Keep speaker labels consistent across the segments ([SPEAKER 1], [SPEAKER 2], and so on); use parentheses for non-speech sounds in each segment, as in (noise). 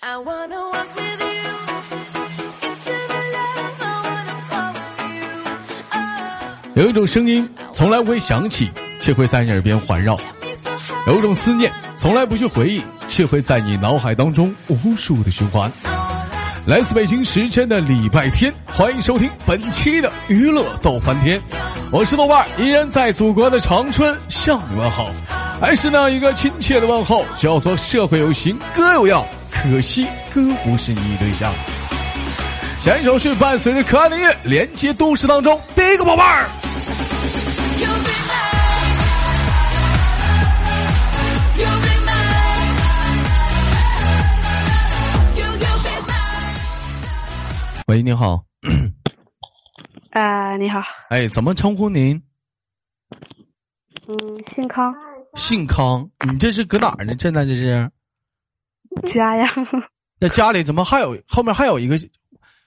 [SPEAKER 1] I wanna walk with you into the love. I wanna follow you. Oh,
[SPEAKER 2] 有一种声音从来不会响起，却会在你耳边环绕；
[SPEAKER 1] me so high.
[SPEAKER 2] 有一种思念从来不去回忆，却会在你脑海当中无数的循环。来自北京时间的礼拜天，欢迎收听本期的娱乐逗翻天，我是豆瓣儿，依然在祖国的长春向你问好，还是那一个亲切的问候，叫做社会有形，哥有样，可惜哥不是你对象。下一首是伴随着可爱的音乐，连接都市当中第一个宝贝儿。
[SPEAKER 1] You'll be mine. You'll be mine. You, you'll be mine.
[SPEAKER 2] 喂，你好，
[SPEAKER 3] 啊、你好，
[SPEAKER 2] 哎，怎么称呼您？
[SPEAKER 3] 嗯，姓康，
[SPEAKER 2] 姓康，你这是搁哪儿呢？现在这是
[SPEAKER 3] 家呀，
[SPEAKER 2] 那家里怎么还有后面还有一个，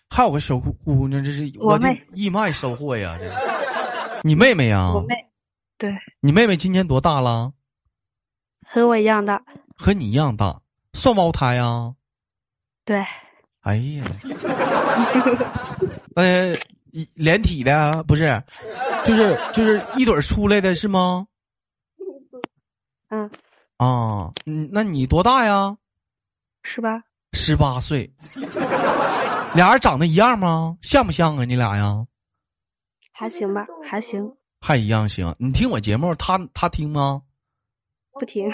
[SPEAKER 2] 还有个小姑姑娘？这是
[SPEAKER 3] 我
[SPEAKER 2] 的
[SPEAKER 3] 妹
[SPEAKER 2] 义卖收获呀！这是你妹妹呀？
[SPEAKER 3] (laughs) 我妹，对，
[SPEAKER 2] 你妹妹今年多大了？
[SPEAKER 3] 和我一样大，
[SPEAKER 2] 和你一样大，双胞胎啊？
[SPEAKER 3] 对，
[SPEAKER 2] 哎呀， (laughs) 呃，一连体的啊不是，就是就是一对儿出来的是吗？
[SPEAKER 3] 嗯，
[SPEAKER 2] 啊，嗯，那你多大呀？
[SPEAKER 3] 是吧？
[SPEAKER 2] 十八岁， (laughs) 俩人长得一样吗？像不像啊？你俩呀？
[SPEAKER 3] 还行吧，还行，
[SPEAKER 2] 还一样行？你听我节目，他他听吗？
[SPEAKER 3] 不 (laughs) 停，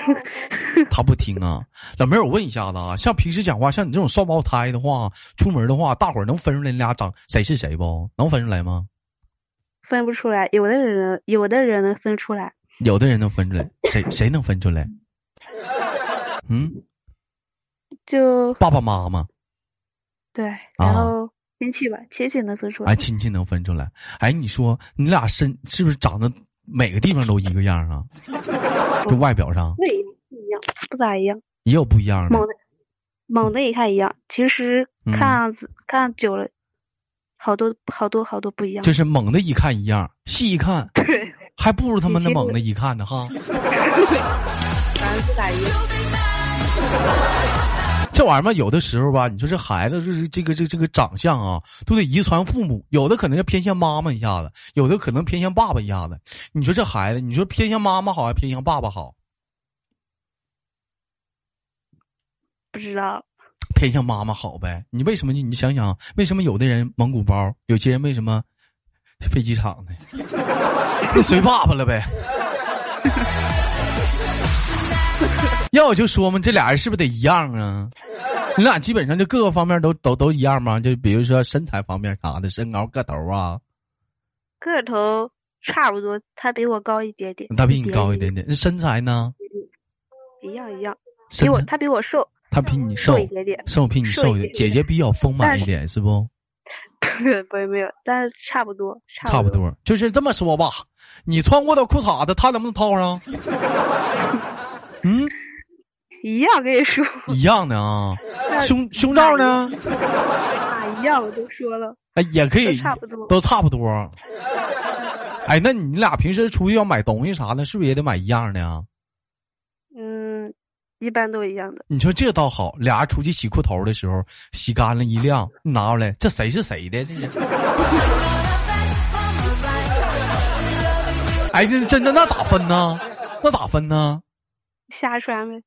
[SPEAKER 2] 他不听啊。老妹儿，我问一下子啊，像平时讲话，像你这种双胞胎的话，出门的话，大伙儿能分出来你俩长谁是谁不？能分出来吗？
[SPEAKER 3] 分不出来，有的人有的人能分出来，
[SPEAKER 2] 有的人能分出来，谁谁能分出来？嗯，
[SPEAKER 3] 就
[SPEAKER 2] 爸爸妈妈，
[SPEAKER 3] 对，
[SPEAKER 2] 啊
[SPEAKER 3] 然后亲戚吧，亲戚能分出来
[SPEAKER 2] 哎，，亲戚能分出来。哎，你说你俩身是不是长得每个地方都一个样啊？就外表上
[SPEAKER 3] 不一样，不一样，不咋一样，
[SPEAKER 2] 也有不一样的
[SPEAKER 3] 猛。的猛的一看一样，其实
[SPEAKER 2] 嗯
[SPEAKER 3] 看、看久了，好多好多好多不一样，
[SPEAKER 2] 就是猛的一看一样，细一看
[SPEAKER 3] 对，
[SPEAKER 2] 还不如他妈那
[SPEAKER 3] 你其实
[SPEAKER 2] 猛的一看呢哈。
[SPEAKER 3] 反正不咋一样，
[SPEAKER 2] 这玩意儿嘛，有的时候吧，你说这孩子就是这个这个这个长相啊，都得遗传父母，有的可能要偏向妈妈一下子，有的可能偏向爸爸一下子。你说这孩子，你说偏向妈妈好还是偏向爸爸好？
[SPEAKER 3] 不知道，
[SPEAKER 2] 偏向妈妈好呗。你为什么你你想想，为什么有的人蒙古包，有些人为什么飞机场呢？那随爸爸了呗。要我就说嘛，这俩人是不是得一样啊？你俩基本上就各个方面都都都一样吗？就比如说身材方面啥的，身高、个头啊，
[SPEAKER 3] 个头差不多，他比我高一点点，
[SPEAKER 2] 他比你高一点点。那身材呢？
[SPEAKER 3] 一样一样，比
[SPEAKER 2] 身
[SPEAKER 3] 我
[SPEAKER 2] 材
[SPEAKER 3] 他比我瘦
[SPEAKER 2] 他比你瘦
[SPEAKER 3] 瘦，一点点，
[SPEAKER 2] 瘦比你瘦一点，姐姐比较丰满一点，是不？
[SPEAKER 3] 不是没有，但是差不多，
[SPEAKER 2] 差
[SPEAKER 3] 差
[SPEAKER 2] 不
[SPEAKER 3] 多，
[SPEAKER 2] 多，就是这么说吧。你穿过的裤衩子，他能不能套
[SPEAKER 3] (laughs)
[SPEAKER 2] 上？嗯，
[SPEAKER 3] 一样跟你
[SPEAKER 2] (laughs)
[SPEAKER 3] 说，
[SPEAKER 2] 一样的啊。
[SPEAKER 3] 那
[SPEAKER 2] 胸胸罩呢？
[SPEAKER 3] 啊一样，我都说了，
[SPEAKER 2] 哎，也可以，
[SPEAKER 3] 都差不多
[SPEAKER 2] 都差不多。
[SPEAKER 3] (laughs)
[SPEAKER 2] 哎，那你俩平时出去要买东西啥的，是不是也得买一样的啊？
[SPEAKER 3] 嗯，一般都一样的，
[SPEAKER 2] 你说这倒好，俩人出去洗裤头的时候，洗干了一晾，拿回来，这谁是谁的？这
[SPEAKER 3] (laughs)
[SPEAKER 2] 是。哎，这是真的，那咋分呢？那咋分呢？
[SPEAKER 3] 瞎穿呗，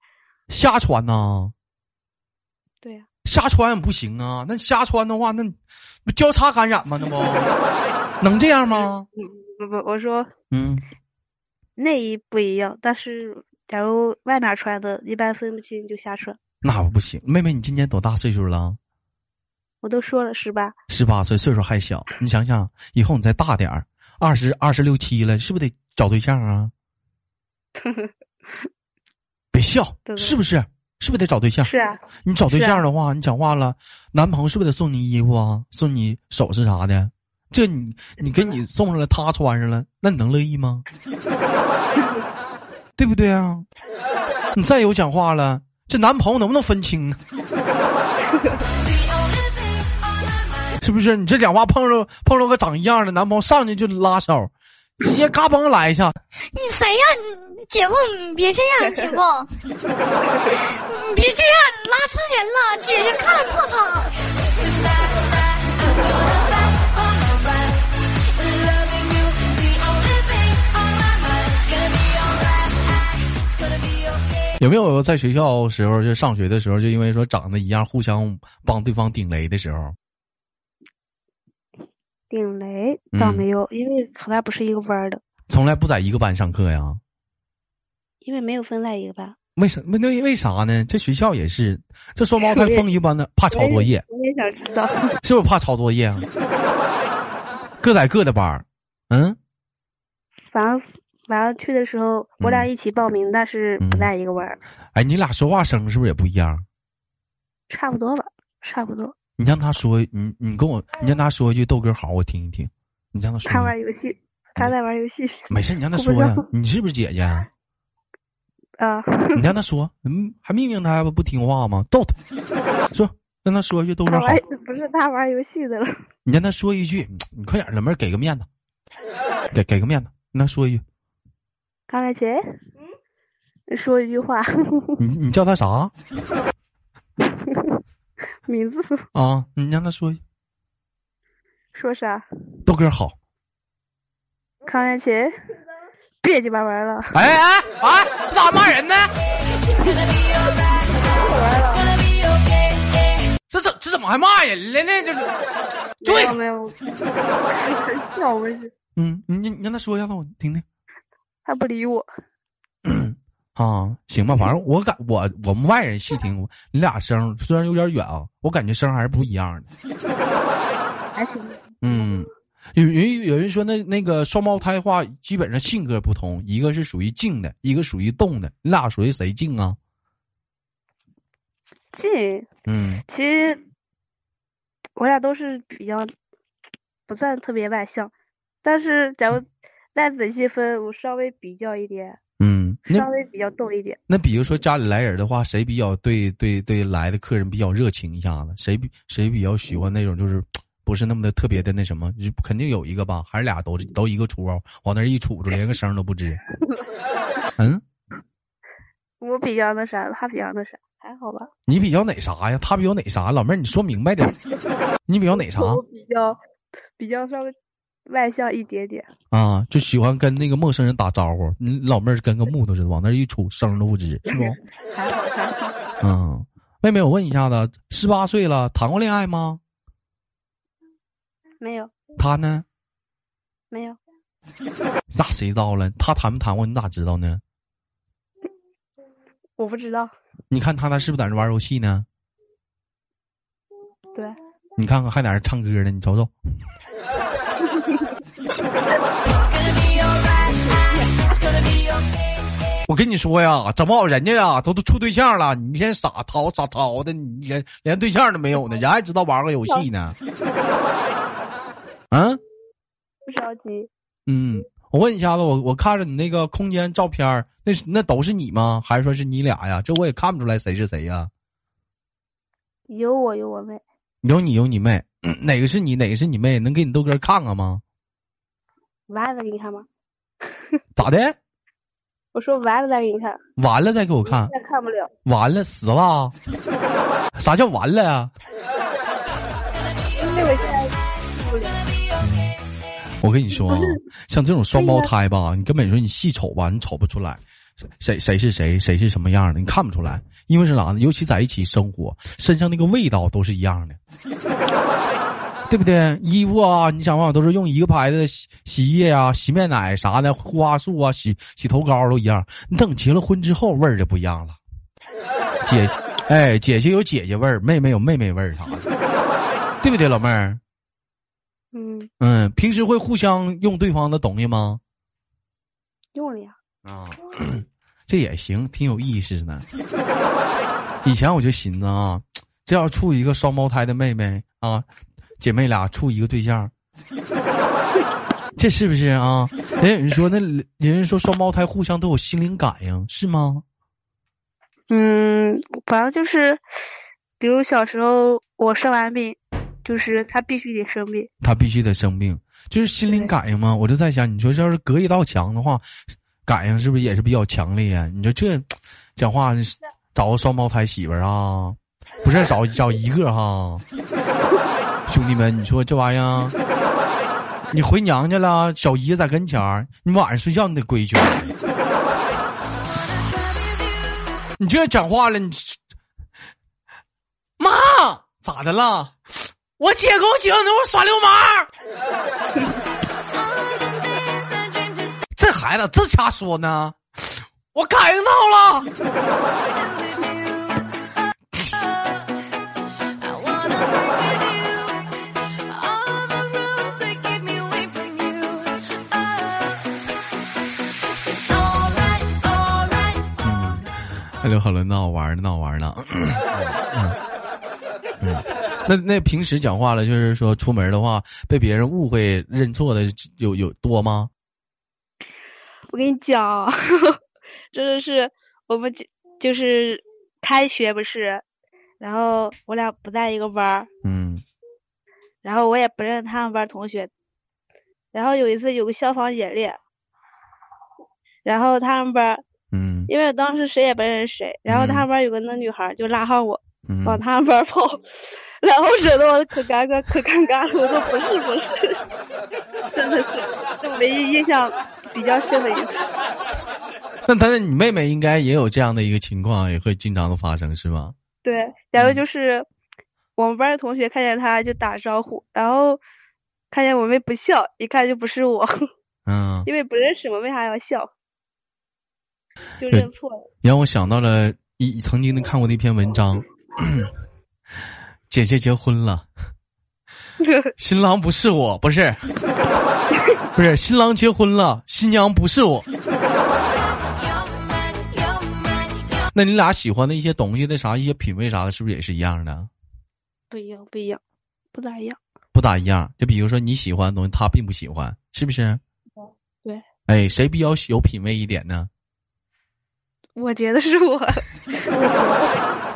[SPEAKER 2] 瞎穿呐、
[SPEAKER 3] 对呀、
[SPEAKER 2] 瞎穿也不行啊，那瞎穿的话，那不交叉感染吗？那不能这样吗？
[SPEAKER 3] 不不，我说
[SPEAKER 2] 嗯，
[SPEAKER 3] 内衣不一样，但是假如外面穿的，一般分不清就瞎穿，
[SPEAKER 2] 那不行。妹妹，你今年多大岁数了？
[SPEAKER 3] 我都说了是吧？
[SPEAKER 2] 十八岁，岁数还小。你想想，以后你再大点儿，二十二十六七了，是不是得找对象啊？别笑，
[SPEAKER 3] 对对
[SPEAKER 2] 是不是？是不是得找对象？
[SPEAKER 3] 是
[SPEAKER 2] (laughs)
[SPEAKER 3] 啊，
[SPEAKER 2] 你找对
[SPEAKER 3] 是啊
[SPEAKER 2] 象的话，你讲话了，男朋友是不是得送你衣服啊，送你首饰啥的？这你你给你送上了，他穿上了，那你能乐意吗？对不对啊？你再有讲话了，这男朋友能不能分清啊呢？ (laughs) 是不是？你这讲话碰着碰着个长一样的男朋友，上去就拉手，直接嘎嘣来一下，
[SPEAKER 4] 你
[SPEAKER 1] (laughs)
[SPEAKER 4] 谁呀、你姐夫，你别这样，姐夫，你别这样，你拉成人了，只是看不好。
[SPEAKER 2] 有没有在学校时候就上学的时候，就因为说长得一样，互相帮对方顶雷的时候？
[SPEAKER 3] 顶雷倒
[SPEAKER 2] 嗯
[SPEAKER 3] 没有，因为和他不是一个班儿的，
[SPEAKER 2] 从来不在一个班上课呀？
[SPEAKER 3] 因为没有分在一个班。
[SPEAKER 2] 为什么？那为啥呢？这学校也是，这双胞胎疯一般的，怕抄作业，
[SPEAKER 3] 我也想知道，
[SPEAKER 2] 是不是怕抄作业啊？各在各的班儿，嗯，
[SPEAKER 3] 反正完了去的时候，我俩
[SPEAKER 2] 嗯
[SPEAKER 3] 一起报名，但是不
[SPEAKER 2] 嗯
[SPEAKER 3] 在一个班儿，
[SPEAKER 2] 哎，你俩说话声是不是也不一样？
[SPEAKER 3] 差不多吧，差不多。
[SPEAKER 2] 你让他说，你你跟我，你让他说一句豆哥好，我听一听。你让他说一句，
[SPEAKER 3] 他玩游戏，他在玩游戏
[SPEAKER 2] 没事，你让他
[SPEAKER 3] 我不
[SPEAKER 2] 说
[SPEAKER 3] 知
[SPEAKER 2] 呀
[SPEAKER 3] 道。
[SPEAKER 2] 你是不是姐姐？
[SPEAKER 3] 啊，
[SPEAKER 2] 你让他说，嗯，还命令他不不听话吗？逗他，说让他说一句豆哥
[SPEAKER 3] 他
[SPEAKER 2] 好
[SPEAKER 3] 玩，不是他玩游戏的了，
[SPEAKER 2] 你让他说一句，你快点儿，老妹儿给个面子，给给个面子，让他说一句，
[SPEAKER 3] 高来杰，说一句话，
[SPEAKER 2] 你你叫他啥
[SPEAKER 3] 名字
[SPEAKER 2] 啊？你让他说一句
[SPEAKER 3] 说啥？
[SPEAKER 2] 豆哥好，
[SPEAKER 3] 康元琴，别鸡巴玩了，
[SPEAKER 2] 哎哎哎，这咋骂人呢？这怎这怎么还骂人了呢？这对
[SPEAKER 3] 没有没有，笑我去，
[SPEAKER 2] 嗯，你你你让他说一下子，我听听。
[SPEAKER 3] 他不理我，
[SPEAKER 2] 啊，行吧，反正我感我我们外人细听，你俩声虽然有点远啊，我感觉声还是不一样的。
[SPEAKER 3] 还行，
[SPEAKER 2] 嗯，有人有人说那那个双胞胎话基本上性格不同，一个是属于静的，一个属于动的，你俩属于谁静啊？
[SPEAKER 3] 近，
[SPEAKER 2] 嗯，
[SPEAKER 3] 其实我俩都是比较不算特别外向，但是假如再仔细分，我稍微比较一点，
[SPEAKER 2] 嗯，那
[SPEAKER 3] 稍微比较动一点，
[SPEAKER 2] 那比如说家里来人的话，谁比较对对对来的客人比较热情一下子？谁比谁比较喜欢那种就是不是那么的特别的那什么？就肯定有一个吧，还是俩都都一个出啊？往那儿一杵着，连个声儿都不 (laughs) 吱。嗯，
[SPEAKER 3] 我比较那啥，他比较那啥，还好吧，
[SPEAKER 2] 你比较哪啥呀？他比较哪啥？老妹儿，你说明白点 (laughs) 儿。你比较 (laughs) 哪啥
[SPEAKER 3] 我比较比较稍微外向一点点，
[SPEAKER 2] 啊？就喜欢跟那个陌生人打招呼。你老妹儿跟个木头似的，往那儿一杵，声儿都不吱，是不？
[SPEAKER 3] 还好还好，
[SPEAKER 2] 嗯，妹妹，我问一下子，十八岁了，谈过恋爱吗？
[SPEAKER 3] 没有
[SPEAKER 2] 他呢？
[SPEAKER 3] 没有，
[SPEAKER 2] 那谁知道了？他谈没谈过，你咋知道呢？
[SPEAKER 3] 我不知道，
[SPEAKER 2] 你看他俩是不是在那玩游戏呢？
[SPEAKER 3] 对。
[SPEAKER 2] 你看看还在那唱歌呢，你瞅瞅。 (laughs) 我跟你说呀，整不好人家呀都都处对象了，你一天傻淘傻淘的，你连连对象都没有呢，人还知道玩个游戏呢。啊，
[SPEAKER 3] 不着急，
[SPEAKER 2] 嗯，我问一下子，我我看着你那个空间照片儿，那是那都是你吗？还是说是你俩呀？这我也看不出来谁是谁呀、
[SPEAKER 3] 有我有我妹，
[SPEAKER 2] 有你有你妹， (clears throat) 哪个是你，哪个是你妹？能给你豆哥看看吗？
[SPEAKER 3] 完了再给你看吗？
[SPEAKER 2] 咋的？
[SPEAKER 3] 我说完了再给你看，
[SPEAKER 2] 完了再给我看，
[SPEAKER 3] 现在看不了，
[SPEAKER 2] 完了死了， (laughs) 啥叫完了呀？
[SPEAKER 3] 因为我现在看不了。
[SPEAKER 2] 我跟你说啊，像这种双胞胎吧，你根本说你细瞅吧，你瞅不出来。谁谁是谁，谁是什么样的，你看不出来，因为是啥呢？尤其在一起生活，身上那个味道都是一样的，对不对？衣服啊，你想往都是用一个牌子的洗洗衣液啊、洗面奶啥的、护发素啊、洗洗头膏都一样。你等结了婚之后，味儿就不一样了。姐，哎，姐姐有姐姐味儿，妹妹有妹妹味儿啥的，对不对，老妹儿？
[SPEAKER 3] 嗯，
[SPEAKER 2] 嗯，平时会互相用对方的东西吗？
[SPEAKER 3] 用了呀，
[SPEAKER 2] 啊， (clears throat) 这也行，挺有意思呢。以前我就寻思啊，这要处一个双胞胎的妹妹啊，姐妹俩处一个对象，这是不是啊？人有人说那人家说双胞胎互相都有心灵感应，是吗？
[SPEAKER 3] 嗯，反正就是，比如小时候我生完病，就是他必须得生病，
[SPEAKER 2] 他必须得生病，就是心灵感应嘛。我就在想，你说要是隔一道墙的话，感应是不是也是比较强烈呀、你说这讲话找个双胞胎媳妇儿啊，不是找找一个哈。兄弟们，你说这玩意儿，你回娘家了，小姨在跟前儿，你晚上睡觉你得规矩。你这讲话了，你妈咋的了？我姐跟我姐夫那会儿耍流氓，这孩子这瞎说呢，我感应到了。
[SPEAKER 1] Uh,
[SPEAKER 2] 哎，刘海伦闹玩儿呢，闹玩儿呢。嗯嗯，那那平时讲话了，就是说出门的话，被别人误会认错的有有多吗？
[SPEAKER 3] 我跟你讲，啊 (laughs) 真的是我们就就是开学不是，然后我俩不在一个班儿，
[SPEAKER 2] 嗯
[SPEAKER 3] 然后我也不认识他们班儿同学。然后有一次有个消防演练，然后他们班儿
[SPEAKER 2] 嗯
[SPEAKER 3] 因为当时谁也不认识谁，然后他
[SPEAKER 2] 嗯
[SPEAKER 3] 们班儿有个那女孩儿就拉上我
[SPEAKER 2] 嗯，
[SPEAKER 3] 往他们班儿跑，然后惹得我可尴尬可尴尬了，我说不是不是，真的是，这唯一印象比较深的一次。
[SPEAKER 2] 那但是你妹妹应该也有这样的一个情况，也会经常的发生，是吗？
[SPEAKER 3] 对，假如
[SPEAKER 2] 嗯
[SPEAKER 3] 就是我们班的同学看见他就打招呼，然后看见我妹不笑，一看就不是我， (laughs)
[SPEAKER 2] 嗯，
[SPEAKER 3] 因为不认识我，为啥要笑？就
[SPEAKER 2] 对
[SPEAKER 3] 认错了。 (laughs)
[SPEAKER 2] 让我想到了一曾经的看过的一篇文章，姐姐结婚了，新郎不是我，不是，不是新郎结婚了，新娘不是我。那你俩喜欢的一些东西的啥一些品味啥的，是不是也是一样的？
[SPEAKER 3] 不一样，不一样，不咋一样。
[SPEAKER 2] 不咋一样。就比如说你喜欢的东西，他并不喜欢，是不是？
[SPEAKER 3] 对。
[SPEAKER 2] 哎，谁比较有品味一点呢？
[SPEAKER 3] 我觉得是我，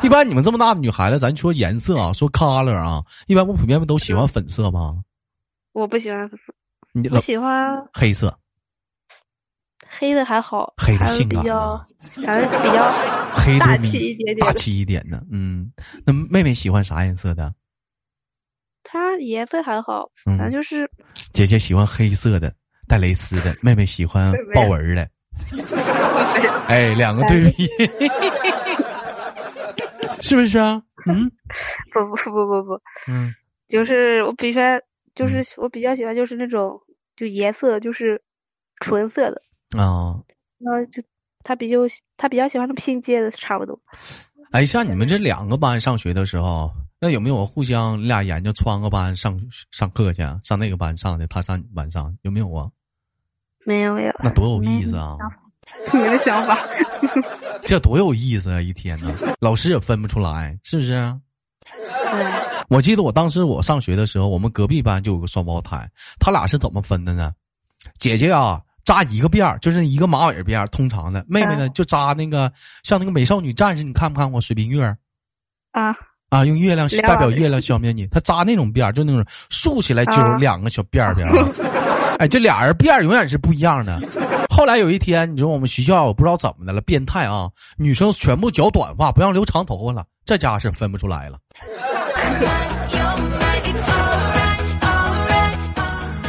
[SPEAKER 2] 一般你们这么大的女孩子，咱说颜色啊，说 color 啊，一般不普遍不都喜欢粉色吗？
[SPEAKER 3] 我不喜欢粉色，
[SPEAKER 2] 你
[SPEAKER 3] 我
[SPEAKER 2] 老
[SPEAKER 3] 喜欢
[SPEAKER 2] 黑色，
[SPEAKER 3] 黑的还好，
[SPEAKER 2] 黑的
[SPEAKER 3] 还是
[SPEAKER 2] 性
[SPEAKER 3] 比
[SPEAKER 2] 感
[SPEAKER 3] 较
[SPEAKER 2] 啊，
[SPEAKER 3] 还是比较
[SPEAKER 2] 黑
[SPEAKER 3] 大
[SPEAKER 2] 的
[SPEAKER 3] 气
[SPEAKER 2] 迷
[SPEAKER 3] 一点点
[SPEAKER 2] 大
[SPEAKER 3] 的。
[SPEAKER 2] 气一点的。嗯，那妹妹喜欢啥颜色的？
[SPEAKER 3] 它颜色还好，反
[SPEAKER 2] 嗯，
[SPEAKER 3] 正就是
[SPEAKER 2] 姐姐喜欢黑色的，带蕾丝的；妹妹喜欢
[SPEAKER 3] 没有
[SPEAKER 2] 豹纹的。哎，两个对
[SPEAKER 3] (laughs)
[SPEAKER 2] 比，是不是啊？嗯
[SPEAKER 3] 不不不不不，
[SPEAKER 2] 嗯
[SPEAKER 3] 就是我比较就是
[SPEAKER 2] 嗯
[SPEAKER 3] 我比较喜欢就是那种就颜色就是纯色的，
[SPEAKER 2] 啊、
[SPEAKER 3] 然后就他比较喜他比较喜欢那拼接的差不多。
[SPEAKER 2] 哎，像你们这两个班上学的时候，那有没有互相你俩研究穿个班上上课去，啊上那个班上去，他上你班上，有没有啊？
[SPEAKER 3] 没有没有，
[SPEAKER 2] 那多有意思啊！
[SPEAKER 3] 你的想法
[SPEAKER 2] (laughs) 这多有意思啊！一天呢，老师也分不出来，是不是啊？
[SPEAKER 3] 对，
[SPEAKER 2] 我记得我当时我上学的时候，我们隔壁班就有个双胞胎，他俩是怎么分的呢？姐姐啊，扎一个辫儿，就是一个马尾辫儿，通常的；妹妹呢，就扎那个像那个美少女战士，你看不看过水冰月儿？
[SPEAKER 3] 啊，
[SPEAKER 2] 啊，用月亮
[SPEAKER 3] 两
[SPEAKER 2] 代表月亮消灭你。他扎那种辫儿，就那种竖起来揪
[SPEAKER 3] 啊
[SPEAKER 2] 两个小辫儿辫儿啊。哎，这俩人辫儿永远是不一样的。后来有一天，你说我们学校我不知道怎么的了，变态啊，女生全部剪短发，不让留长头发了，这家是分不出来了。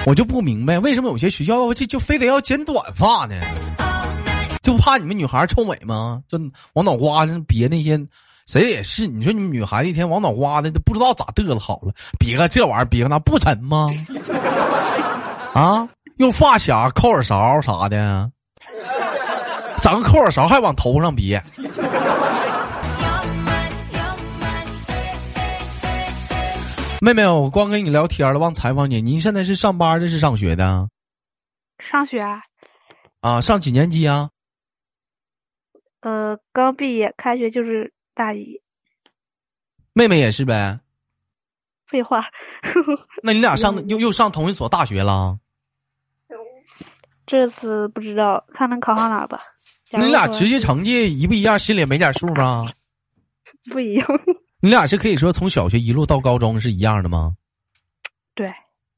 [SPEAKER 2] 我就不明白为什么有些学校就就非得要剪短发呢？就怕你们女孩臭美吗？就往脑瓜上别那些，谁也是。你说你们女孩子一天往脑瓜子都不知道咋嘚了好了，别个这玩意儿，别个那不沉吗？啊，用发卡、扣耳勺啥的，整个扣耳勺还往头上别。妹妹，我光跟你聊天了，忘采访你。您现在是上班的，是上学的
[SPEAKER 3] 上学啊，
[SPEAKER 2] 啊？上几年级啊？
[SPEAKER 3] 呃，刚毕业，开学就是大一。
[SPEAKER 2] 妹妹也是呗。
[SPEAKER 3] 废话，
[SPEAKER 2] 那你俩上的又又上同一所大学了？
[SPEAKER 3] 这次不知道看能考上哪吧。假
[SPEAKER 2] 你
[SPEAKER 3] 如
[SPEAKER 2] 俩
[SPEAKER 3] 说
[SPEAKER 2] 学习成绩一不一样，心里没点数吗？
[SPEAKER 3] 不一样， (laughs)
[SPEAKER 2] 你俩是可以说从小学一路到高中是一样的吗？
[SPEAKER 3] 对，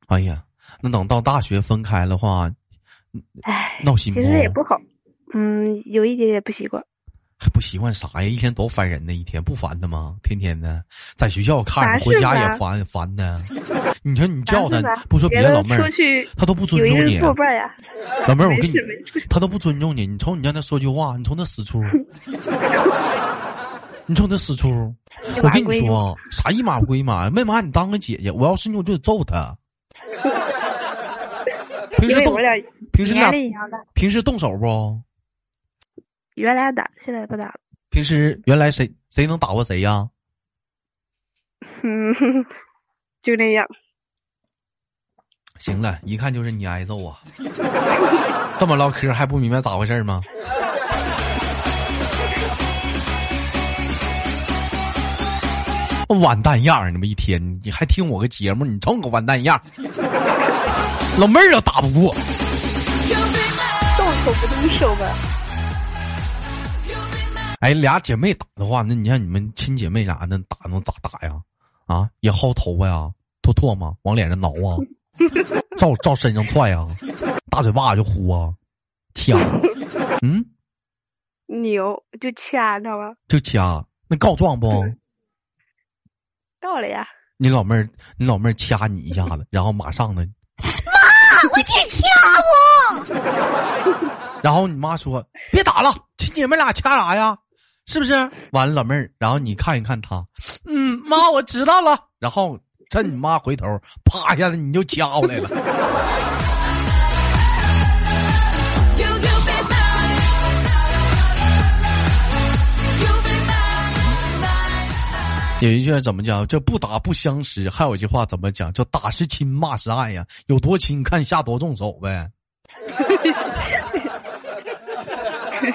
[SPEAKER 2] 哎呀，那等到大学分开的话，
[SPEAKER 3] 唉，
[SPEAKER 2] 闹心
[SPEAKER 3] 哎其实也
[SPEAKER 2] 不？
[SPEAKER 3] 不好，嗯，有一点点不习惯。
[SPEAKER 2] 还不习惯啥呀？一天多烦人呢，一天不烦的吗？天天的在学校看
[SPEAKER 3] 烦
[SPEAKER 2] 着，
[SPEAKER 3] 是
[SPEAKER 2] 回家也
[SPEAKER 3] 烦
[SPEAKER 2] 烦烦的。你说你叫他
[SPEAKER 3] 烦是烦，
[SPEAKER 2] 不说别
[SPEAKER 3] 别
[SPEAKER 2] 的
[SPEAKER 3] 人
[SPEAKER 2] 老妹儿
[SPEAKER 3] 出去，
[SPEAKER 2] 他都不尊
[SPEAKER 3] 有一
[SPEAKER 2] 重
[SPEAKER 3] 人
[SPEAKER 2] 你。
[SPEAKER 3] 作伴呀、
[SPEAKER 2] 老妹儿，我
[SPEAKER 3] 没
[SPEAKER 2] 跟你
[SPEAKER 3] 事，没事，
[SPEAKER 2] 他都不尊重你。你瞅你让他说句话，你瞅那死出，你瞅那死出。我跟你说啊，啥一码归一码，没把你当个姐姐。我要是你，我就得揍
[SPEAKER 3] (laughs)
[SPEAKER 2] 他。平
[SPEAKER 3] 因
[SPEAKER 2] 时
[SPEAKER 3] 为
[SPEAKER 2] 动
[SPEAKER 3] 我俩
[SPEAKER 2] 平时
[SPEAKER 3] 年
[SPEAKER 2] 俩
[SPEAKER 3] 龄一样大，
[SPEAKER 2] 平时动手不？
[SPEAKER 3] 原来打，现在不打了。
[SPEAKER 2] 平时原来谁谁能打过谁呀、
[SPEAKER 3] 嗯，就那样。
[SPEAKER 2] 行了，一看就是你挨揍啊！ (laughs) 这么唠嗑还不明白咋回事儿吗？完蛋样儿，你们一天你还听我个节目，你瞅你个完蛋样儿！老妹儿都打不过，
[SPEAKER 3] 动手不动手吧，
[SPEAKER 2] 哎，俩姐妹打的话，那你像你们亲姐妹俩那打能咋打呀？啊，也薅头发呀，吐唾沫往脸上挠啊， (laughs) 照照身上踹啊，大嘴巴就呼啊，掐，嗯。
[SPEAKER 3] 牛就掐，你知道吗？
[SPEAKER 2] 就掐，那告状不？
[SPEAKER 3] 到了呀，
[SPEAKER 2] 你老妹儿，你老妹儿掐你一下子，然后马上呢，
[SPEAKER 4] 我去掐我！
[SPEAKER 2] 然后你妈说别打了，亲姐妹俩掐啥呀？是不是？完了，老妹儿，然后你看一看她，嗯，妈，我知道了。然后趁你妈回头，啪一下子你就掐回来了。
[SPEAKER 1] You, you be mine. You be mine, mine.
[SPEAKER 2] 有一句话怎么讲？叫不打不相识。还有一句话怎么讲？叫打是亲，骂是爱呀。有多亲，看下多重手呗。 (laughs)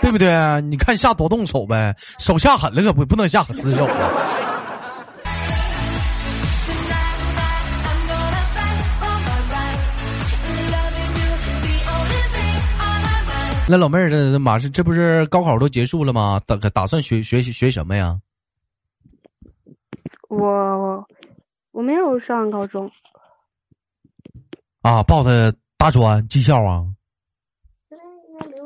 [SPEAKER 2] 对不对？啊你看下多动手呗，手下狠了可不不能下狠死手啊。
[SPEAKER 1] I'm gonna fight for my right. Loving you, the only thing on my mind.
[SPEAKER 2] 那老妹儿，这这马上这不是高考都结束了吗？打打算学学习学什么呀？
[SPEAKER 3] 我我没有上高中，
[SPEAKER 2] 啊，报的大专技校啊？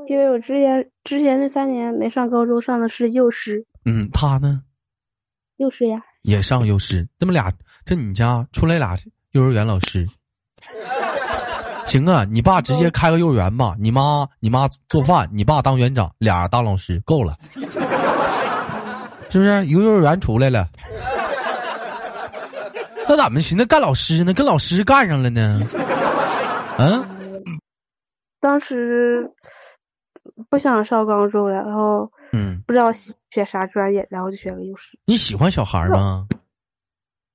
[SPEAKER 3] 因为我之前之前那三年没上高中，上的是幼师，
[SPEAKER 2] 嗯，他呢
[SPEAKER 3] 幼师呀。
[SPEAKER 2] 也上幼师，这么俩，这你家出来俩幼儿园老师。行啊，你爸直接开个幼儿园吧，你妈你妈做饭，你爸当园长，俩当老师够了，是不是？一个幼儿园出来了，那咋没寻思干老师呢？跟老师干上了呢？嗯、
[SPEAKER 3] 当时不想上高中呀，然后
[SPEAKER 2] 嗯，
[SPEAKER 3] 不知道选啥专业，然后就选了幼师，
[SPEAKER 2] 你喜欢小孩儿吗？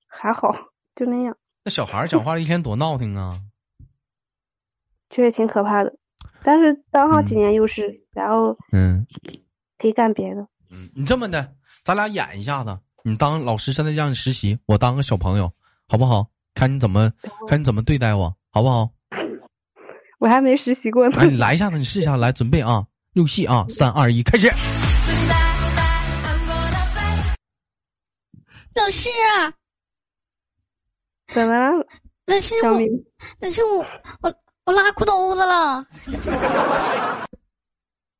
[SPEAKER 3] 还好，就那样，
[SPEAKER 2] 那小孩儿讲话一天多闹挺啊！
[SPEAKER 3] 确实挺可怕的。但是当上几
[SPEAKER 2] 嗯
[SPEAKER 3] 年幼师，然后
[SPEAKER 2] 嗯
[SPEAKER 3] 可以干别的。
[SPEAKER 2] 嗯，你这么的，咱俩演一下子，你当老师，现在让你实习，我当个小朋友，好不好？看你怎么，看你怎么对待我，好不好？
[SPEAKER 3] 我还没实习过呢
[SPEAKER 2] 来，。你来一下子，你试一下，来准备啊，入戏啊，三二一，开始！
[SPEAKER 4] 老师，啊
[SPEAKER 3] 怎么
[SPEAKER 2] 哎
[SPEAKER 3] 了，
[SPEAKER 4] 老师
[SPEAKER 3] 小
[SPEAKER 4] 我，
[SPEAKER 3] 明？
[SPEAKER 4] 老师我，我我拉裤兜子了。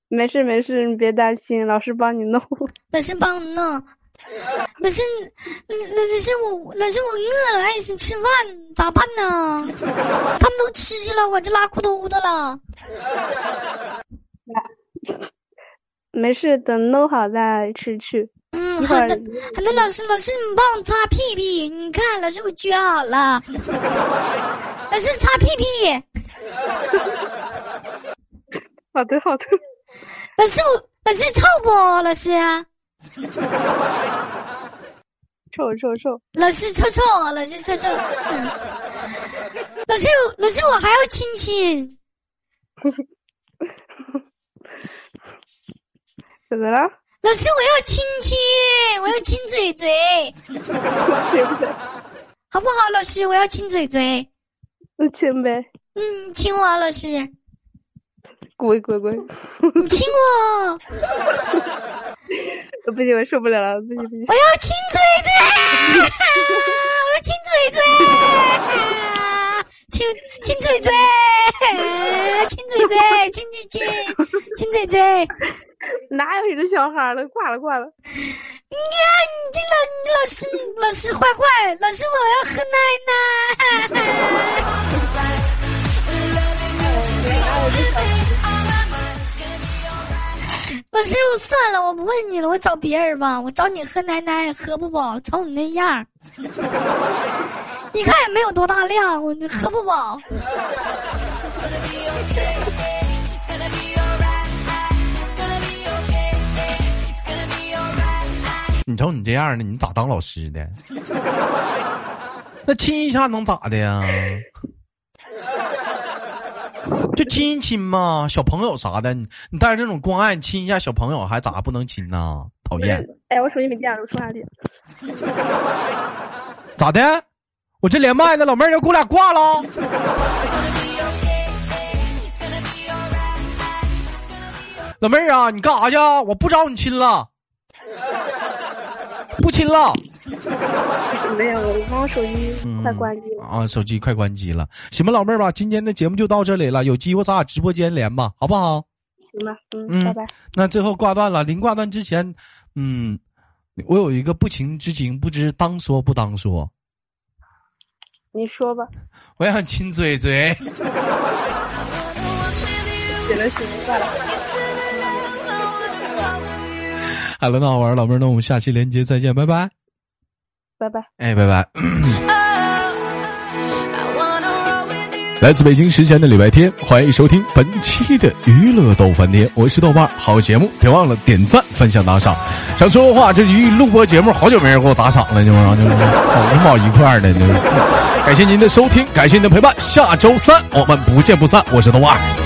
[SPEAKER 3] 没事没事，你别担心，老师帮你弄。 (laughs)
[SPEAKER 4] 老师帮我弄。老师，老老师我老师我饿了，还想吃饭，咋办呢？
[SPEAKER 3] (laughs)
[SPEAKER 4] 他们都吃了，我这拉裤兜子了。
[SPEAKER 3] 没事，等弄好再吃去。
[SPEAKER 4] 嗯，
[SPEAKER 3] 一会
[SPEAKER 4] 好
[SPEAKER 2] (laughs)
[SPEAKER 3] 儿
[SPEAKER 4] 的，好的，老师，老师你帮我擦屁屁，你看老师我撅好
[SPEAKER 3] (laughs)
[SPEAKER 4] 了。老师擦屁屁，
[SPEAKER 3] 好的好的，
[SPEAKER 4] 老师我老师臭不？老师啊
[SPEAKER 3] 臭臭臭，
[SPEAKER 4] 老师臭臭，老师臭臭。嗯老师老师我还要亲亲。
[SPEAKER 3] 怎么了？
[SPEAKER 4] 老师，我要亲亲，我要亲嘴嘴，
[SPEAKER 3] 亲呗，
[SPEAKER 4] 好不好？老师，我要亲嘴嘴，
[SPEAKER 3] 那亲呗，
[SPEAKER 4] 嗯，亲我啊，老师，你
[SPEAKER 3] 滚滚滚！ (laughs)
[SPEAKER 4] 亲我，哦我
[SPEAKER 3] 不行，我受不了了，不行不
[SPEAKER 2] 哎
[SPEAKER 3] 行，
[SPEAKER 4] 要亲嘴嘴， (laughs) 我要亲嘴嘴，亲亲嘴嘴，亲嘴嘴，亲亲亲，亲嘴嘴，
[SPEAKER 3] 哪哪有一个小孩儿了？挂了挂了。
[SPEAKER 4] 你这老你老师你老师坏坏，老师我要喝奶奶。老师，我算了，我不问你了，我找别人吧。我找你喝奶奶也喝不饱，瞅你那样儿，一看也没有多大量，我就喝不饱。
[SPEAKER 2] 你瞅你这样的，你咋当老师的？那亲一下能咋的呀？就亲一亲嘛，小朋友啥的，你你带着那种关爱，你亲一下小朋友还咋不能亲呢？讨厌，
[SPEAKER 3] 哎，我手机没电了，我说话去。
[SPEAKER 2] 咋的？我这连麦呢，老妹儿要给我俩挂了。啊老妹儿啊，你干啥去啊？我不找你亲了，不亲了。
[SPEAKER 3] (laughs) 没有，我刚手机快关机了。
[SPEAKER 2] 啊，手机快关机了。行吧，老妹儿吧，今天的节目就到这里了，有机会咱俩直播间连吧，好不好？
[SPEAKER 3] 行吧，嗯，
[SPEAKER 2] 嗯
[SPEAKER 3] 拜拜。
[SPEAKER 2] 那最后挂断了，临挂断之前，嗯，我有一个不情之请，不知当说不当说，
[SPEAKER 3] 你说吧，
[SPEAKER 2] 我想亲嘴嘴。 (laughs)
[SPEAKER 3] 行了行了，挂了。
[SPEAKER 2] 好了，那好玩儿，老妹儿，那我们下期连接再见，拜拜。
[SPEAKER 3] 拜拜。
[SPEAKER 2] 哎，拜拜。
[SPEAKER 5] Oh, I wanna roll with you.
[SPEAKER 6] 来自北京时间的礼拜天，欢迎收听本期的娱乐逗翻天，我是豆瓣儿，好节目别忘了点赞、分享、打赏。想说的话，这一录播节目好久没人给我打赏了，这玩意儿就是好不好一块儿的，就是。感谢您的收听，感谢您的陪伴，下周三我们不见不散。我是豆瓣儿。